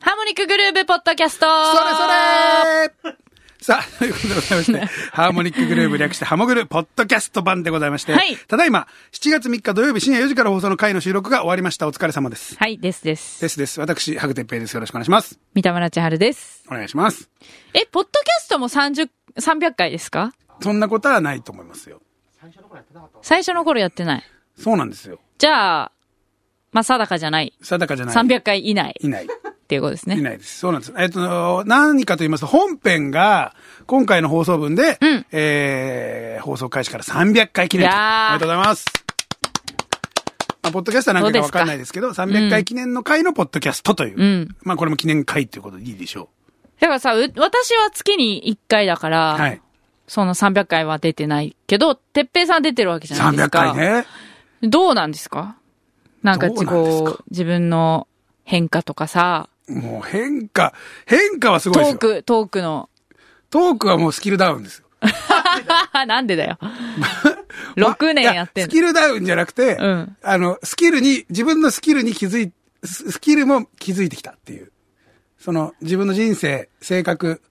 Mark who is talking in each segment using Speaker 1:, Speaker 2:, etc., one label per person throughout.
Speaker 1: ハーモニックグルーブポッドキャスト
Speaker 2: それそれさあ、ということでございまして、 ハーモニックグルーブ略してハモグルポッドキャスト版でございまして、
Speaker 1: はい
Speaker 2: ただいま、7月3日土曜日深夜4時から放送の回の収録が終わりました。お疲れ様です。
Speaker 1: はい、ですです。
Speaker 2: ですです。私、ハグテッペイです。よろしくお願いします。
Speaker 1: 三田村千春です。
Speaker 2: お願いします。
Speaker 1: え、ポッドキャストも30、300回ですか
Speaker 2: そんなことはないと思いますよ。
Speaker 1: 最初の頃やってない。
Speaker 2: そうなんですよ。
Speaker 1: じゃあ、まあ、定かじゃない。
Speaker 2: 定かじゃない。
Speaker 1: 300回以内
Speaker 2: いない。
Speaker 1: っていうことです
Speaker 2: い
Speaker 1: ね。
Speaker 2: ないです。そうなんです。えっと、何かと言いますと、本編が、今回の放送分で、えー放送開始から300回記念と。
Speaker 1: いやー
Speaker 2: ありがとうございます。まあ、ポッドキャストは何回かわかんないですけど、300回記念の回のポッドキャストという。
Speaker 1: ん
Speaker 2: まあ、これも記念回ということでいいでしょ
Speaker 1: だからさ、う私は月に1回だから、
Speaker 2: う。はい。
Speaker 1: その300回は出てないけど、てっぺいさん出てるわけじゃないです
Speaker 2: 300
Speaker 1: か。
Speaker 2: 回ね。
Speaker 1: どうなんですかなんか
Speaker 2: どうなんです
Speaker 1: こ
Speaker 2: か
Speaker 1: う、自分の変化とかさ、
Speaker 2: もう変化、変化はすご
Speaker 1: ト
Speaker 2: いです
Speaker 1: ー
Speaker 2: よ。
Speaker 1: ク、トークの、
Speaker 2: トークはもうスキルダウンですよ。
Speaker 1: なんでだ よ。6年
Speaker 2: ま
Speaker 1: やっ
Speaker 2: い
Speaker 1: てん
Speaker 2: ス
Speaker 1: の。
Speaker 2: キルダウンじゃなくて、
Speaker 1: うん
Speaker 2: あの、スキルに、自分のスキルに気づい、ススキルも気づいてきたっていう。その、自分の人生、性格、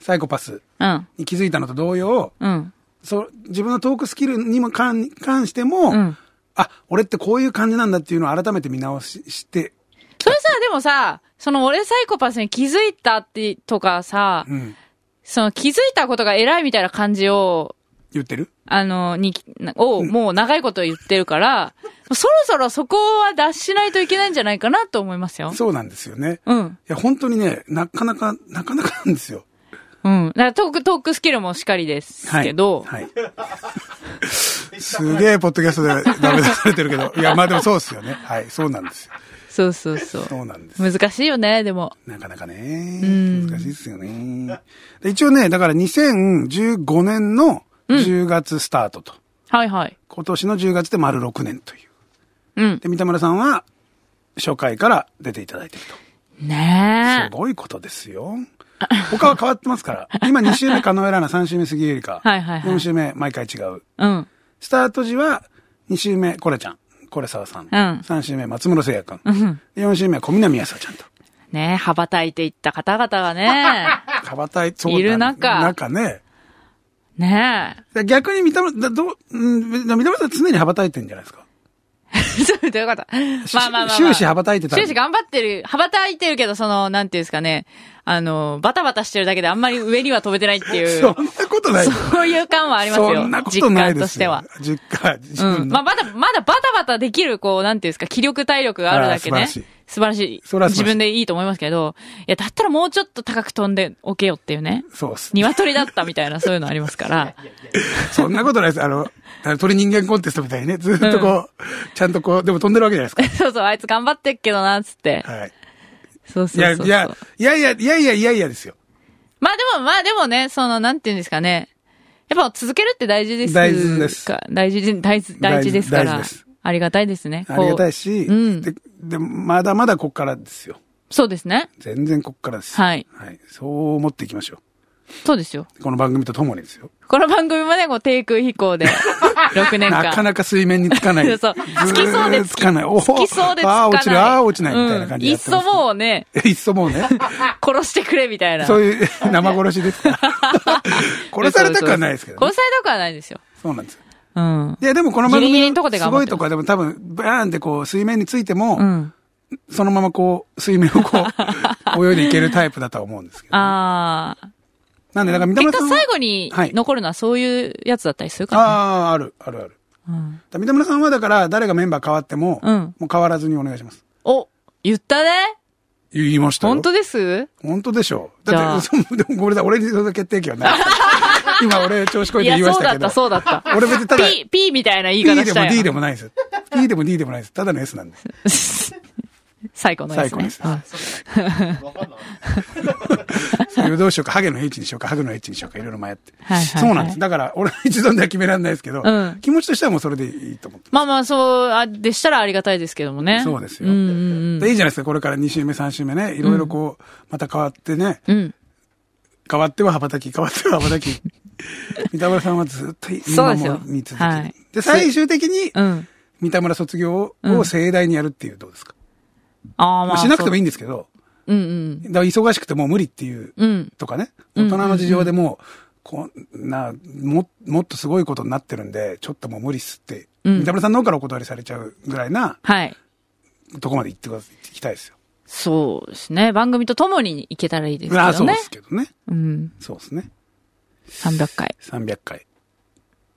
Speaker 2: サイコパス
Speaker 1: うん。
Speaker 2: に気づいたのと同様、
Speaker 1: うん。
Speaker 2: そう、自分のトークスキルにも関関しても、
Speaker 1: うん
Speaker 2: あ、俺ってこういう感じなんだっていうのを改めて見直しして、
Speaker 1: それさ、でもさ、その俺サイコパスに気づいたって、とかさ、
Speaker 2: うん、
Speaker 1: その気づいたことが偉いみたいな感じを、
Speaker 2: 言ってる
Speaker 1: あの、に、なを、もう長いこと言ってるから、そろそろそこは脱しないといけないんじゃないかなと思いますよ。
Speaker 2: そうなんですよね。い
Speaker 1: うん。
Speaker 2: や、本当にね、なかなか、なかなかなんですよ。
Speaker 1: うん。だからトーク、トークスキルもしかりです
Speaker 2: はい
Speaker 1: けど、
Speaker 2: はい。すげえ、ポッドキャストでダメ出されてる けど。いや、まあでもそうですよね。はい、そうなんですよ。
Speaker 1: そうそうそう。
Speaker 2: そうなんです。
Speaker 1: 難しいよね、でも。
Speaker 2: なかなかね、難しいですよね。で一応ね、だから2015年の10月スタートと。
Speaker 1: はいはい。
Speaker 2: 今年の10月で丸6年という。
Speaker 1: うん。
Speaker 2: で、三田村さんは初回から出ていただいてると。す
Speaker 1: ねえ。
Speaker 2: ごいことですよ。他は変わってますから。今2週目、カノエラーナ、3週目、杉江ゆりか。
Speaker 1: はいはいはい
Speaker 2: 4週目、毎回違う。
Speaker 1: うん。
Speaker 2: スタート時は、2週目、コレちゃん、コレサワさん。
Speaker 1: ん
Speaker 2: 3週目、松村聖也くん。4週目は小南康さちゃんと。
Speaker 1: ねえ、羽ばたいていった方々が ね、
Speaker 2: 羽ばたい、そう
Speaker 1: いる中
Speaker 2: 中ね。
Speaker 1: ねえ。
Speaker 2: 逆に三田村、だどう、うん、三田村さん常に羽ばたいてんじゃないですか。
Speaker 1: そう、どういうことまあまあまあ、まあ。
Speaker 2: 終始羽ばたいてたんで
Speaker 1: 終始頑張ってる、羽ばたいてるけど、その、なんていうんですかね、あの、バタバタしてるだけであんまり上には飛べてないってい
Speaker 2: そ、
Speaker 1: うん
Speaker 2: なことない。
Speaker 1: そういう感はありますよ。
Speaker 2: そんなことないです
Speaker 1: 実感
Speaker 2: よ
Speaker 1: と。
Speaker 2: 実感、自
Speaker 1: しては。う
Speaker 2: 分
Speaker 1: ん。
Speaker 2: の
Speaker 1: まあ、まだ、まだバタバタできる、こう、なんていうんですか、気力体力があるだけ
Speaker 2: あ
Speaker 1: ね。
Speaker 2: ー素晴らしい
Speaker 1: 素晴らしい。
Speaker 2: それは素晴らしい
Speaker 1: 自分でいいと思いますけど、いや、だったらもうちょっと高く飛んでおけよっていうね。
Speaker 2: そうっす。
Speaker 1: 鶏だったみたいな、そういうのあります から。
Speaker 2: そんなことないです。あの、あの鳥人間コンテストみたいにね、ずっとこう、ちゃんとこう、でも飛んでるわけじゃないです
Speaker 1: そうそう、あいつ頑張ってっけどな、つって。
Speaker 2: か。はい。
Speaker 1: そう
Speaker 2: い
Speaker 1: そう
Speaker 2: や、
Speaker 1: そうそう。
Speaker 2: いや、いやいや、いやいやいやいやですよ。
Speaker 1: まあでも、まあでもね、その、なんていうんですかね。やっぱ続けるって大事ですか
Speaker 2: 大事です
Speaker 1: 大事、大事、大事ですか
Speaker 2: 大事
Speaker 1: ら
Speaker 2: です。
Speaker 1: ありがたいですね。
Speaker 2: ありがたい
Speaker 1: こ
Speaker 2: し、
Speaker 1: うん
Speaker 2: で、で、まだまだこっからですよ。
Speaker 1: うそうですね。
Speaker 2: 全然こっからです。
Speaker 1: はい
Speaker 2: そう思っていきましょ
Speaker 1: そうですよ。
Speaker 2: う。この番組とともにですよ。
Speaker 1: この番組もね、こう、低空飛 行で、6年間。
Speaker 2: なかなか水面につかな い。
Speaker 1: そうそう
Speaker 2: ず
Speaker 1: つきそうで
Speaker 2: ーっとつかない。お
Speaker 1: つきそうでつかない。
Speaker 2: ああー、落ちる、ああ、落ちない、みたいな感じ
Speaker 1: うん
Speaker 2: で
Speaker 1: い
Speaker 2: や
Speaker 1: っ
Speaker 2: ってま
Speaker 1: そ
Speaker 2: す。
Speaker 1: もうね、
Speaker 2: いっそもう ね。
Speaker 1: 殺してくれ、みたいな。
Speaker 2: そういう 生殺しで すから。殺されたくはないですけど、ね。
Speaker 1: 殺されたくはないですよ。
Speaker 2: そうなんですよ。
Speaker 1: うん。
Speaker 2: いや、でもこの番
Speaker 1: ギリギリ
Speaker 2: 組
Speaker 1: のとこで
Speaker 2: のす
Speaker 1: 頑張
Speaker 2: ご
Speaker 1: っ
Speaker 2: い
Speaker 1: てます
Speaker 2: とこは、でも多分、バーンってこう、水面についても、
Speaker 1: うん。
Speaker 2: そのままこう、水面をこ う、泳いでいけるタイプだとは思うんですけど。
Speaker 1: ああ。
Speaker 2: なんで、なんか三田
Speaker 1: 結果
Speaker 2: 村さんは
Speaker 1: 最後に
Speaker 2: はい
Speaker 1: 残るのはそういうやつだったりするから、ね
Speaker 2: ああ、ある、あるある。
Speaker 1: うん
Speaker 2: だ三田村さんはだから、誰がメンバー変わっても、
Speaker 1: うん
Speaker 2: もう変わらずにお願いします。
Speaker 1: お、言ったね
Speaker 2: 言いましたよ。
Speaker 1: 本当です
Speaker 2: 本当でしょう。
Speaker 1: じゃ
Speaker 2: だ
Speaker 1: あ
Speaker 2: って、 そうでもごめんなさい、俺にその決定権は ない。今俺調子こい
Speaker 1: い
Speaker 2: て
Speaker 1: や、
Speaker 2: 言いまし
Speaker 1: そうだ
Speaker 2: たけ
Speaker 1: っ
Speaker 2: ど。
Speaker 1: た、そうだった。
Speaker 2: 俺別にただ、
Speaker 1: P、P みたいな言い
Speaker 2: P で
Speaker 1: 方
Speaker 2: も
Speaker 1: したよ。
Speaker 2: D でもないです。P でも D でもないです。ただの S なんです。
Speaker 1: 最高のやつ
Speaker 2: 最高
Speaker 1: ね
Speaker 2: で。す
Speaker 1: うん
Speaker 2: それをどうしようか、ハゲの H にしようか、ハグの H にしようか、いろいろ迷って。
Speaker 1: はいはいはい
Speaker 2: そうなんです。だから、俺は一度では決められないですけど、
Speaker 1: うん
Speaker 2: 気持ちとしてはもうそれでいいと思って。
Speaker 1: まあまあ、そう、あ、でしたらありがたいですけどもね。
Speaker 2: そうですよ
Speaker 1: うんうん
Speaker 2: でいいじゃないですか、これから2週目、3週目ね、いろいろこう、また変わってね、
Speaker 1: うん。うん。
Speaker 2: 変わっては羽ばたき、変わっては羽ばた き。三田村さんはずっと見
Speaker 1: そうですよ
Speaker 2: 守り続ける。
Speaker 1: はい
Speaker 2: で、最終的に、
Speaker 1: うん。
Speaker 2: 三田村卒業を盛大にやるっていうどうですか、
Speaker 1: ああ、ま
Speaker 2: ま
Speaker 1: あ。
Speaker 2: あしなくてもいい
Speaker 1: い。
Speaker 2: んですけ
Speaker 1: う
Speaker 2: ど、
Speaker 1: ん
Speaker 2: だから忙しくてもう無理っていう
Speaker 1: うん。うん。
Speaker 2: とかね、
Speaker 1: うん
Speaker 2: 大人の事情でもう、こんな、も、もっとすごいことになってるんで、ちょっともう無理っすって、
Speaker 1: うん
Speaker 2: 三田村さんの方からお断りされちゃうぐらいな
Speaker 1: はい。
Speaker 2: とこまで行ってくだ、行ってきたいですよ。
Speaker 1: そうですね。番組と共に行けたらいいですけどね。
Speaker 2: ああ、そうですけどね。
Speaker 1: うん。
Speaker 2: そうですね。
Speaker 1: 300回。
Speaker 2: 300回。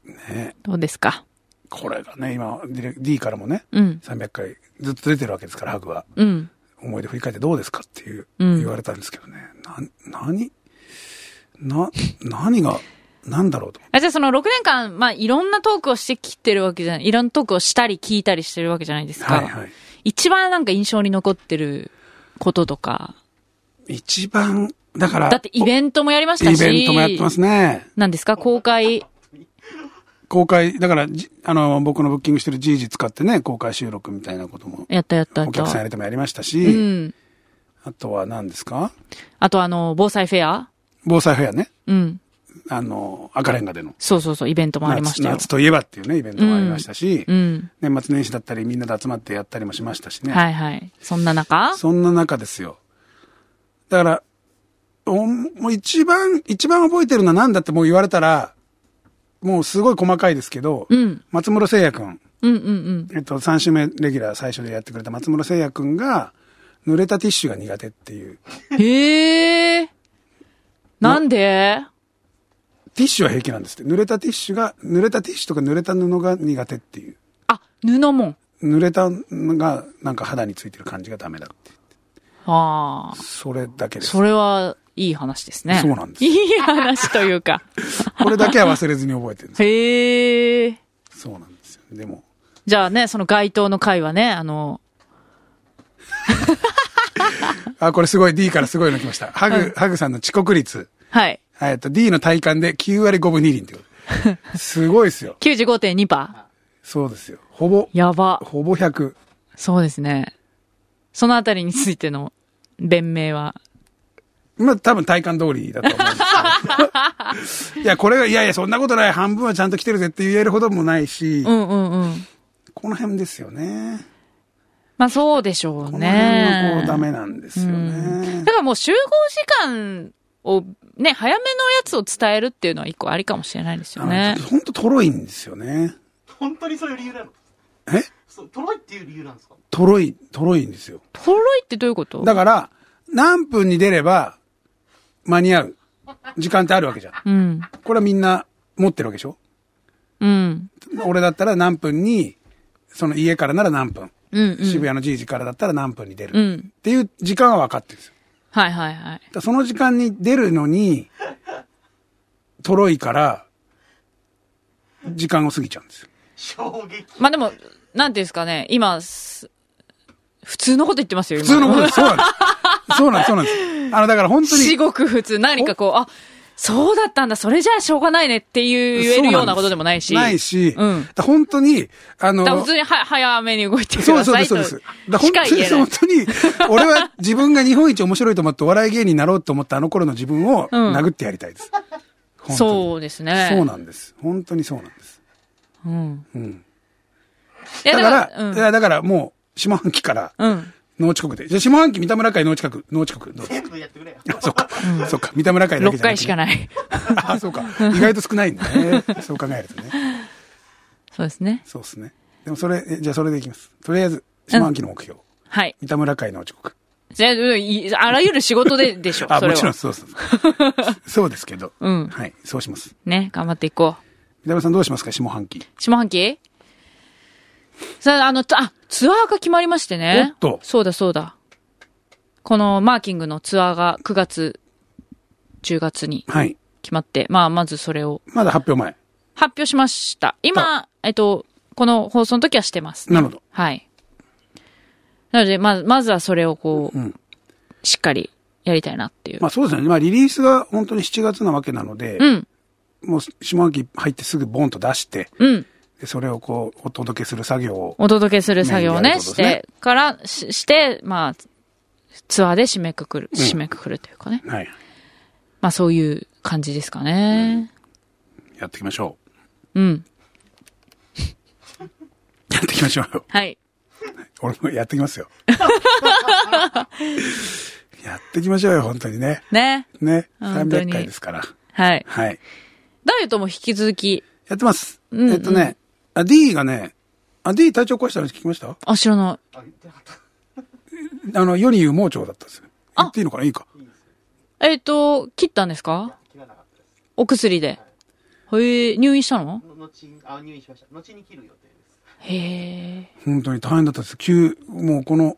Speaker 2: ね
Speaker 1: どうですか
Speaker 2: これがね、今、ディレ D からもね、
Speaker 1: うん。
Speaker 2: 300回ずっと出てるわけですから、ハグは。
Speaker 1: うん。
Speaker 2: 思い出振り返ってどうですかっていう、
Speaker 1: うん
Speaker 2: 言われたんですけどね。な、何な、何が、なんだろうと思
Speaker 1: あじゃあその6年間、まあ、いろんなトークをしてきてるわけじゃない、いろんなトークをしたり聞いたりしてるわけじゃないです
Speaker 2: って。
Speaker 1: か。
Speaker 2: はいはい。
Speaker 1: 一番なんか印象に残ってることとか。
Speaker 2: 一番、だから、
Speaker 1: だってイベントもやりました
Speaker 2: イ
Speaker 1: し。
Speaker 2: ベントもやってますね。
Speaker 1: なんですか公開。
Speaker 2: 公開、だから、じあの、僕のブッキングしてる GG 使ってね、公開収録みたいなことも、
Speaker 1: やったやったや
Speaker 2: お
Speaker 1: った。
Speaker 2: 客さん入れてもやりました
Speaker 1: う
Speaker 2: し、
Speaker 1: ん。
Speaker 2: あとは何ですか
Speaker 1: あとあの、防災フェア
Speaker 2: 防災フェアね。
Speaker 1: うん。
Speaker 2: あの、赤レンガでの。
Speaker 1: そうそうそう、イベントもありまし
Speaker 2: 夏
Speaker 1: たよ。
Speaker 2: 夏といえばっていうね、イベントもありましたし、
Speaker 1: うん。
Speaker 2: 年末年始だったりみんなで集まってやったりもしましたしね。
Speaker 1: はいはい。そんな中
Speaker 2: そんな中ですよ。だから、おもう一番、一番覚えてるのは何だってもう言われたら、もうすごい細かいですけど、
Speaker 1: うん。
Speaker 2: 松室聖也くん。
Speaker 1: うんうんうん。
Speaker 2: えっと、3週目レギュラー最初でやってくれた松村聖也くんが、濡れたティッシュが苦手っていう。
Speaker 1: へえ。なんで
Speaker 2: ティッシュは平気なんですって。濡れたティッシュが、濡れたティッシュとか濡れた布が苦手っていう。
Speaker 1: あ、布もん。
Speaker 2: 濡れたのが、なんか肌についてる感じがダメだって。
Speaker 1: はあ。
Speaker 2: それだけです。
Speaker 1: それは、いい話ですね。
Speaker 2: そうなんです
Speaker 1: いい話というか。
Speaker 2: これだけは忘れずに覚えてるんです。
Speaker 1: へえ。
Speaker 2: そうなんですよ。でも、
Speaker 1: じゃあね、その街頭の会はね、あの、
Speaker 2: あ、これすごい D からすごいの来 ました。ハグ、ハグさんの遅刻率。
Speaker 1: はい。
Speaker 2: えっと、D の体感で9割5分2厘ってこと。すごいですよ。
Speaker 1: 95.2%。
Speaker 2: そうですよ。ほぼ、
Speaker 1: やば。
Speaker 2: ほぼ100。
Speaker 1: そうですね。そのあたりについての弁明は。
Speaker 2: まあ多分体感通りだと思うんですけ ど。いや、これが、いやいや、そんなことない。半分はちゃんと来てるぜって言えるほどもないし、
Speaker 1: うんうんうん。
Speaker 2: この辺ですよね。
Speaker 1: まあそうでしょう
Speaker 2: この辺
Speaker 1: ね
Speaker 2: は。こうダメなんですよね。
Speaker 1: だからもう集合時間をね、早めのやつを伝えるっていうのは一個ありかもしれないですよね
Speaker 2: あの。ほんととろいんですよね。
Speaker 3: 本当にそういう理由なの
Speaker 2: え
Speaker 3: そう、トロイっていう理由なんですか
Speaker 2: とろい、とろいんですよ。
Speaker 1: とろいってどういうこと
Speaker 2: だから、何分に出れば間に合う。時間ってあるわけじゃん。
Speaker 1: うん。
Speaker 2: これはみんな持ってるわけでしょ
Speaker 1: うん。
Speaker 2: 俺だったら何分に、その家からなら何分。
Speaker 1: うん、うん。
Speaker 2: 渋谷のじいじからだったら何分に出る。
Speaker 1: うん
Speaker 2: っていう時間は分かってるんですよ。
Speaker 1: はいはいはい。
Speaker 2: だからその時間に出るのに、とろいから、時間を過ぎちゃうんですよ。
Speaker 3: 衝撃。
Speaker 1: まあでも、なんていうんですかね、今、す普通のこと言ってますよ、
Speaker 2: 普
Speaker 1: 今
Speaker 2: 通のことです。そうなんです。そうなんです。そうなんです。あの、だから本当に。
Speaker 1: 至極普通。何かこう、あ、そうだったんだ、それじゃあしょうがないねっていう言えるようなことでもないし。
Speaker 2: ないし。
Speaker 1: うん
Speaker 2: だから本当に、あの
Speaker 1: だか、ら普通には早めに動いてく
Speaker 2: そう
Speaker 1: だ
Speaker 2: そう
Speaker 1: さ
Speaker 2: で
Speaker 1: い
Speaker 2: す、そ
Speaker 1: と
Speaker 2: うで
Speaker 1: し
Speaker 2: す。だ
Speaker 1: か
Speaker 2: から本当
Speaker 1: 言
Speaker 2: に、
Speaker 1: えない
Speaker 2: 本。当に、俺は自分が日本一面白いと思ってお笑い芸人になろうと思ったあの頃の自分を
Speaker 1: うん
Speaker 2: 殴ってやりたいです。本当に
Speaker 1: そうですね。
Speaker 2: そうなんです。本当にそうなんです。
Speaker 1: うん。
Speaker 2: うん。
Speaker 1: いや
Speaker 2: だから、
Speaker 1: うん
Speaker 2: いやだからもう、下半期から、
Speaker 1: うん。
Speaker 2: 農地国で。じゃあ下半期三田村会農地国、農地国。どうぞ
Speaker 3: 全部やっ てくれよ。
Speaker 2: あ、そっか。そっか。三田村会だ
Speaker 1: 6
Speaker 2: けじゃな
Speaker 1: 回
Speaker 2: く
Speaker 1: してか
Speaker 2: ね
Speaker 1: ない。
Speaker 2: あ、そうか。意外と少ないんだね。そう考えるとね。
Speaker 1: そうですね。
Speaker 2: そうですね。でもそれ、えじゃあそれでいきます。とりあえず、下半期の目標。
Speaker 1: はい。
Speaker 2: 三田村会農地国。
Speaker 1: じゃあうんいあらゆる仕事
Speaker 2: 。
Speaker 1: ででしょ
Speaker 2: あ、
Speaker 1: それ
Speaker 2: も
Speaker 1: は
Speaker 2: ちろんそうそう。 そうですけど。
Speaker 1: うん
Speaker 2: はい、そうします。
Speaker 1: ね、頑張っていこ
Speaker 2: 三田村さんどうしますか下半期。
Speaker 1: う。下半期さあ、あの、つあ、ツアーが決まりましてね。
Speaker 2: おっと
Speaker 1: そうだそうだ。このマーキングのツアーが9月、10月に
Speaker 2: はい。
Speaker 1: 決まって、まあ、まずそれを
Speaker 2: まだ発表前。
Speaker 1: 発表しました。今、えっと、この放送の時はしてます。
Speaker 2: なるほど。
Speaker 1: はい。なので、まず、まずはそれをこう、
Speaker 2: うん
Speaker 1: しっかりやりたいなっていう。
Speaker 2: まあそうですよね。まあリリースが本当に7月なわけなので、
Speaker 1: うん、
Speaker 2: もう下半期入ってすぐボンと出して、
Speaker 1: うん。
Speaker 2: でそれをこう、お届けする作業を。
Speaker 1: お届けする作業を
Speaker 2: メインでや
Speaker 1: ね、
Speaker 2: るってこ
Speaker 1: し
Speaker 2: とですね
Speaker 1: て、から、しして、まあ、ツアーで締めくくる、
Speaker 2: ん
Speaker 1: 締めくくるというかね。
Speaker 2: はい。
Speaker 1: まあ、そういう感じですかね。
Speaker 2: やっていきましょ
Speaker 1: うん。
Speaker 2: う。やっていきましょうよ。
Speaker 1: はい。
Speaker 2: 俺もやってきますよ。やっていきましょうよ、本当にね。
Speaker 1: ね。
Speaker 2: ね。
Speaker 1: 本当に
Speaker 2: 300回ですから。
Speaker 1: はい。
Speaker 2: はい。
Speaker 1: ダイエットも引き続き。
Speaker 2: やってます。
Speaker 1: うんうん
Speaker 2: えっとね、あ、D がね、あ、D 体調壊したの聞きました
Speaker 1: あ、知らない。
Speaker 3: あ、言ってなかった。
Speaker 2: あの、世に言う盲腸だったんですよ。言っていいのかないいか。
Speaker 3: いいですよ。
Speaker 1: えっ、と、切ったんですか
Speaker 3: 切らなかったです。
Speaker 1: お薬で。へえ、入院したの
Speaker 3: の後に、あ、入院しました。後に切る予定です。
Speaker 1: へえ。
Speaker 2: 本当に大変だったんです。急、もうこの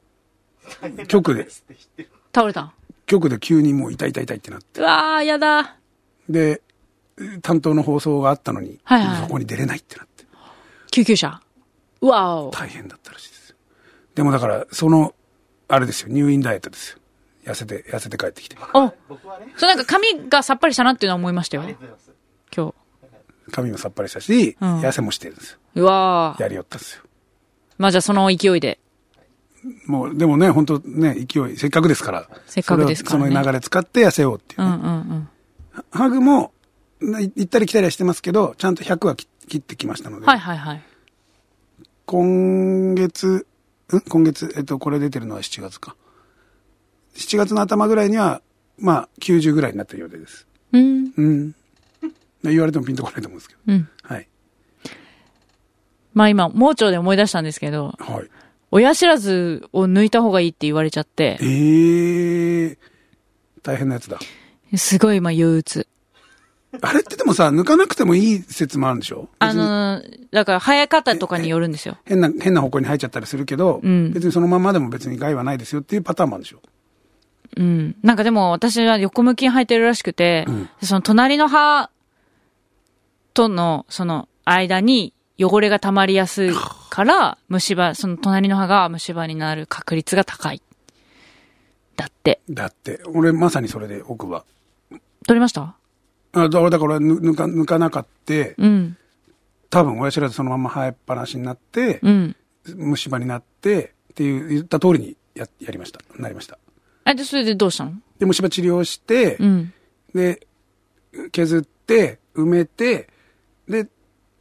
Speaker 2: 局で
Speaker 3: 大変なんすって知ってる。
Speaker 1: 倒れたん
Speaker 2: 局で急にもう痛い痛い痛いってなって。
Speaker 1: うわー、やだ。
Speaker 2: で、担当の放送があったのに、
Speaker 1: はいはい
Speaker 2: そこに出れないってなって。
Speaker 1: 救急車。うわお。
Speaker 2: 大変だったらしいですよ。でもだから、その、あれですよ、入院ダイエットですよ。痩せて、痩せて帰ってきて。
Speaker 1: あ、
Speaker 3: 僕はね、
Speaker 1: そうなんか髪がさっぱりしたなっていうのは思いましたよ
Speaker 3: あ。りがとうござい
Speaker 1: 今日。
Speaker 2: 髪もさっぱりしたし、
Speaker 1: うん
Speaker 2: 痩せもしてるんですよ。
Speaker 1: うわー。
Speaker 2: やりよったんですよ。
Speaker 1: まあじゃあその勢いで。
Speaker 2: もう、でもね、本当ね、勢い、せっかくですから。
Speaker 1: せっかくですからね
Speaker 2: それをその流れ使って痩せようっていう
Speaker 1: う。んうんうん。
Speaker 2: ハグも、ない行ったり来たりはしてますけど、ちゃんと100は切切ってきましたので。
Speaker 1: はいはいはい。
Speaker 2: 今月、ん今月、えっと、これ出てるのは7月か。7月の頭ぐらいには、まあ、90ぐらいになってるようです。
Speaker 1: うん。
Speaker 2: うん。言われてもピンとこないと思うんですけど。
Speaker 1: うん。
Speaker 2: はい。
Speaker 1: まあ今、盲腸で思い出したんですけど、
Speaker 2: はい。
Speaker 1: 親知らずを抜いた方がいいって言われちゃって、
Speaker 2: ええー、大変なやつだ。
Speaker 1: すごい今憂鬱。
Speaker 2: あれってでもさ、抜かなくてもいい説もあるんでしょ
Speaker 1: あのー、だから生え方とかによるんですよ。
Speaker 2: 変な、変な方向に入っちゃったりするけど、
Speaker 1: うん
Speaker 2: 別にそのままでも別に害はないですよっていうパターンもあるんでしょ
Speaker 1: うん。なんかでも私は横向きに生えてるらしくて、
Speaker 2: ん
Speaker 1: その隣の歯とのその間に汚れが溜まりやすい から、虫歯、その隣の歯が虫歯になる確率が高い。だって。
Speaker 2: だって、俺まさにそれで奥歯。
Speaker 1: 取りました
Speaker 2: あだ俺だからぬ抜か、抜かなかって、
Speaker 1: うん。
Speaker 2: 多分親知らずそのまま生えっぱなしになって、
Speaker 1: うん。
Speaker 2: 虫歯になって、っていう言った通りにや、やりました。なりました。
Speaker 1: え、で、それでどうしたの
Speaker 2: で、虫歯治療して、
Speaker 1: うん。
Speaker 2: で、削って、埋めて、で、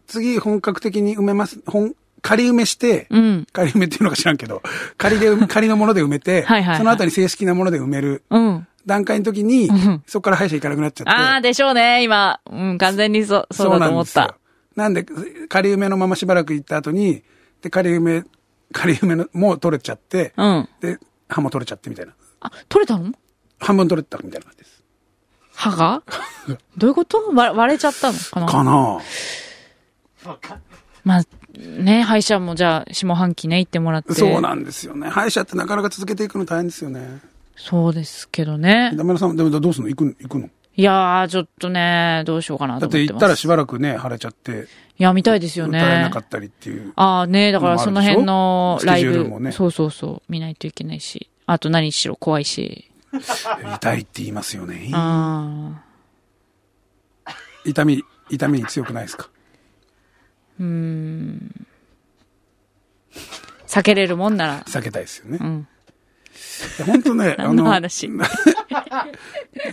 Speaker 2: 次本格的に埋めます、本、仮埋めして、
Speaker 1: うん。
Speaker 2: 仮埋めっていうのか知らんけど、仮で、仮のもので埋めて、
Speaker 1: はいはいはい
Speaker 2: その後に正式なもので埋める
Speaker 1: うん。
Speaker 2: 段階の時に
Speaker 1: ん、
Speaker 2: そこから歯医者行かなくなっちゃって。
Speaker 1: ああ、でしょうね、今。うん、完全にそ、そうだと思っ
Speaker 2: そう
Speaker 1: た。
Speaker 2: なんですよ。なんで、仮埋めのまましばらく行った後に、で、仮埋め、仮埋めの、もう取れちゃって、
Speaker 1: うん。
Speaker 2: で、歯も取れちゃってみたいな。
Speaker 1: あ、取れたの
Speaker 2: 半分取れたみたいな感じです。
Speaker 1: 歯 がどういうこと割割れちゃったのかな
Speaker 2: かな
Speaker 3: ます。わかん
Speaker 1: まあ、ね、歯医者もじゃあ、下半期ね、行ってもらって。
Speaker 2: そうなんですよね。歯医者ってなかなか続けていくの大変ですよね。
Speaker 1: そうですけどね。
Speaker 2: ダメさん、でもどうすんの行くの行くの
Speaker 1: いやー、ちょっとね、どうしようかなと
Speaker 2: だっ
Speaker 1: 思って
Speaker 2: て
Speaker 1: ます。
Speaker 2: 行ったらしばらくね、腫れちゃって、
Speaker 1: いや、見たいですよね。
Speaker 2: 歌えなかったりっていう。
Speaker 1: ああね、だからその辺の
Speaker 2: もあ
Speaker 1: ラ
Speaker 2: るで
Speaker 1: イ
Speaker 2: しょスケジュー
Speaker 1: ブ、
Speaker 2: ルもね
Speaker 1: そうそうそう、見ないといけないし。あと何しろ怖いし。
Speaker 2: 痛いって言いますよね。
Speaker 1: あ
Speaker 2: 痛み、痛みに強くないですか
Speaker 1: あ、避けれるもんなら。
Speaker 2: 避けたいですよね。
Speaker 1: ん
Speaker 2: 本当ね、
Speaker 1: 何の 話
Speaker 2: い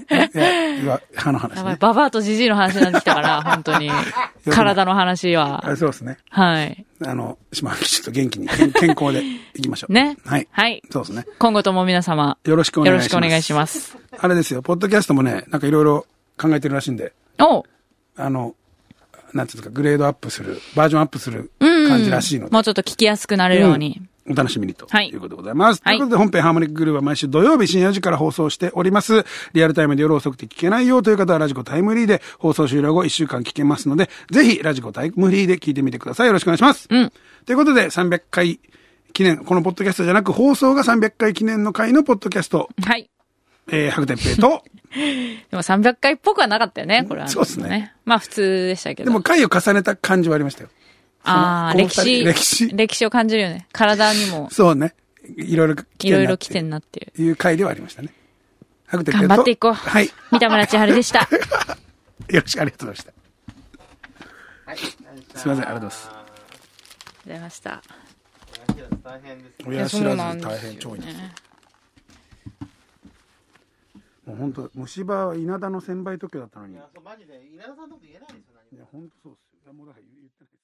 Speaker 2: やいや歯の話
Speaker 1: やばい、
Speaker 2: ね。
Speaker 1: ババアとジジイの話になってきた から、本当に。体の話は。
Speaker 2: あそうですね。
Speaker 1: はい。
Speaker 2: あの、島脇ちょっと元気に、健 健康でいきましょう。
Speaker 1: ね。
Speaker 2: はい。
Speaker 1: はい。
Speaker 2: そうですね。
Speaker 1: 今後とも皆様、
Speaker 2: よろしくお
Speaker 1: よろ
Speaker 2: 願いし
Speaker 1: し
Speaker 2: ます。
Speaker 1: くお願いします。
Speaker 2: あれですよ、ポッドキャストもね、なんかいろいろ考えてるらしいんで、
Speaker 1: おう
Speaker 2: あの、なんていうんですか、グレードアップする、バージョンアップする感じらしいので、
Speaker 1: もうちょっと聞きやすくなれるように。
Speaker 2: お楽しみにと、
Speaker 1: はい
Speaker 2: い、うことでございます。
Speaker 1: はい
Speaker 2: ということで、本編ハーモニックグループは毎週土曜日深夜4時から放送しております。リアルタイムで夜遅くて聞けないよという方は、ラジコタイムリーで放送終了後1週間聞けますので、ぜひラジコタイムリーで聞いてみてください。よろしくお願いします。
Speaker 1: うん
Speaker 2: ということで、300回記念、このポッドキャストじゃなく、放送が300回記念の回のポッドキャスト、
Speaker 1: はい。
Speaker 2: えー、白天平 と、
Speaker 1: でも300回っぽくはなかったよね、これは。
Speaker 2: そうっすね。
Speaker 1: まあ普通でしたけ
Speaker 2: で
Speaker 1: ど。
Speaker 2: も回を重ねた感じはありましたよ。
Speaker 1: ああ、
Speaker 2: このこ
Speaker 1: 歴
Speaker 2: の二
Speaker 1: 史。
Speaker 2: 人歴史
Speaker 1: 歴史を感じるよね。体に も、
Speaker 2: そうね。いろいろ来て
Speaker 1: い
Speaker 2: んな
Speaker 1: ろい
Speaker 2: って
Speaker 1: ろ来てんなっていう。
Speaker 2: いう回ではありましたね。白天平
Speaker 1: 頑
Speaker 2: と。
Speaker 1: 張っていこう。
Speaker 2: はい。よ
Speaker 1: 三田村千春で した。
Speaker 2: ろしくありがとうございました。
Speaker 3: はい。すみません。
Speaker 2: すいませんありがとうございます
Speaker 1: ございました。
Speaker 3: 大変ですね。
Speaker 2: 親知らず大変超いい
Speaker 1: いやそうなんですよね
Speaker 2: もう本当虫歯は稲田の千倍特許だったのに。い
Speaker 3: いや、そう、マジで、稲田さんのこと言えないですよ、何も。
Speaker 2: や本当そうっすよ。いやもうだから言ってない